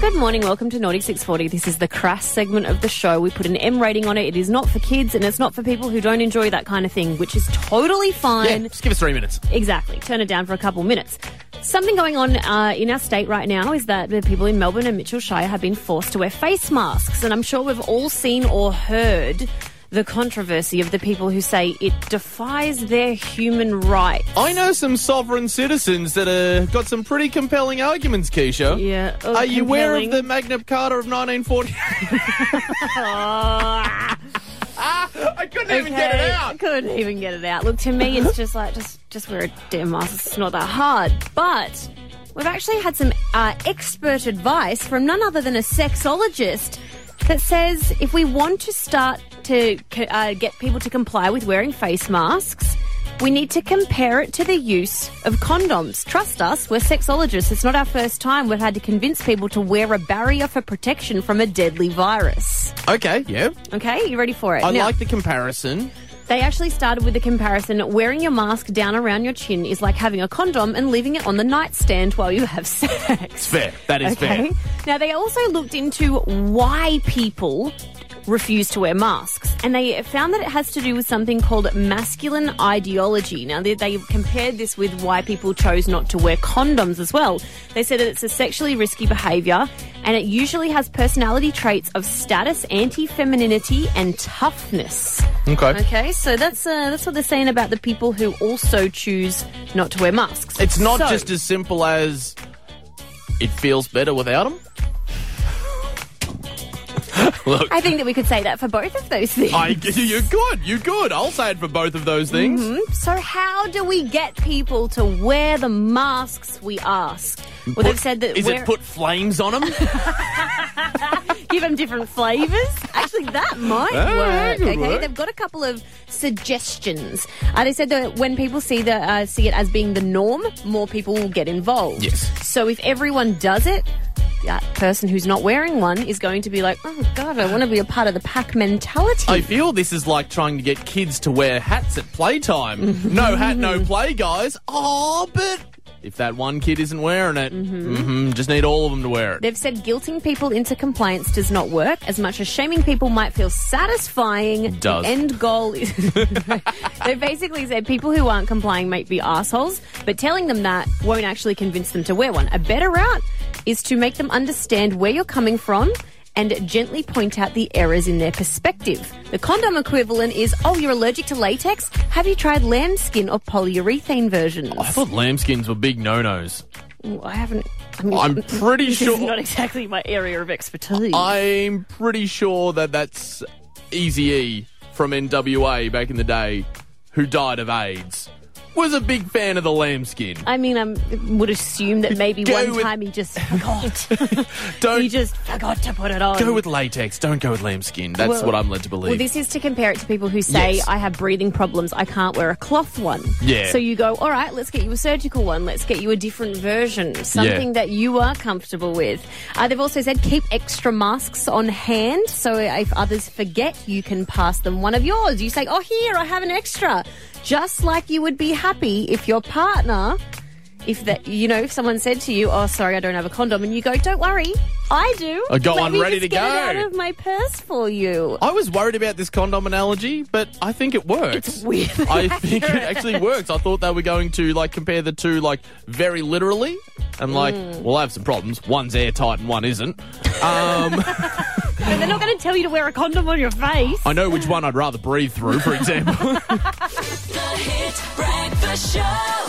Good morning, welcome to Naughty 640. This is the crass segment of the show. We put an M rating on it. It is not for kids and it's not for people who don't enjoy that kind of thing, which is totally Yeah, fine. just give us three minutes. Exactly. Turn it down for a couple minutes. Something going on uh, in our state right now is that the people in Melbourne and Mitchell Shire have been forced to wear face masks. And I'm sure we've all seen or heard the controversy of the people who say it defies their human right. I know some sovereign citizens that uh, got some pretty compelling arguments, Keisha. Yeah, oh, Are you aware of compelling. the Magna Carta of 1940? I couldn't even get it out. Couldn't even get it out. Look, to me, it's just like just just wear a damn mask. It's not that hard. But we've actually had some uh, expert advice from none other than a sexologist that says if we want to start to co- uh, get people to comply with wearing face masks. We need to compare it to the use of condoms. Trust us, we're sexologists. It's not our first time we've had to convince people to wear a barrier for protection from a deadly virus. Okay, yeah. Okay, you ready for it? I Now- like the comparison. they actually started with the comparison wearing your mask down around your chin is like having a condom and leaving it on the nightstand while you have sex. Fair. That is Okay. fair. Now, they also looked into why people refuse to wear masks, and they found that it has to do with something called masculine ideology. Now, they, they compared this with why people chose not to wear condoms as well. They said that it's a sexually risky behaviour, and it usually has personality traits of status, anti femininity, and toughness. Okay. Okay, so that's uh, that's what they're saying about the people who also choose not to wear masks. It's not So- just as simple as it feels better without them. Look, I think that we could say that for both of those things. I, you're good. You're good. I'll say it for both of those things. So, how do we get people to wear the masks? We ask. Well, they've Put- said that Is we're, it put flames on them? give them different flavors. Actually, that might Ah, work. good Okay, work. they've got a couple of suggestions. Uh, they said that when people see the uh, see it as being the norm, more people will get involved. Yes. So if everyone does it. That person who's not wearing one is going to be like, oh god, I want to be a part of the pack mentality. I feel this is like trying to get kids to wear hats at playtime. no hat, no play, guys. Oh, but if that one kid isn't wearing it, mm-hmm. just need all of them to wear it. They've said guilting people into compliance does not work as much as shaming people might feel satisfying. Does. The end goal is. they basically said people who aren't complying might be assholes, but telling them that won't actually convince them to wear one. A better route is to make them understand where you're coming from. And gently point out the errors in their perspective. The condom equivalent is, oh, you're allergic to latex? Have you tried lambskin or polyurethane versions? I thought lambskins were big no-nos. Well, I haven't. I mean, I'm pretty this sure- is not exactly my area of expertise. I'm pretty sure that that's Eazy-E from NWA back in the day, who died of AIDS, was a big fan of the lambskin. I mean, I would assume that maybe Go one with- time he just forgot. he Don't just forgot to put it on. go with latex. Don't go with lambskin. That's Well- what I'm led to believe. Well, this is to compare it to people who say, Yes. I have breathing problems, I can't wear a cloth one. Yeah. So you go, all right, let's get you a surgical one, let's get you a different version, something that you are comfortable with. Uh, they've also said keep extra masks on hand, so if others forget, you can pass them one of yours. You say, oh, here, I have an extra. Just like you would be happy if your partner. If that, you know, if someone said to you, "Oh, sorry, I don't have a condom," and you go, "Don't worry, I do." I got Let one me ready just to get go." It out of my purse for you. I was worried about this condom analogy, but I think it works. It's weirdly I think it accurate. actually works. I thought they were going to like compare the two like very literally, and like, well, I have some problems. One's airtight and one isn't. Um, And they're not going to tell you to wear a condom on your face. I know which one I'd rather breathe through, for example. The Hit Breakfast Show.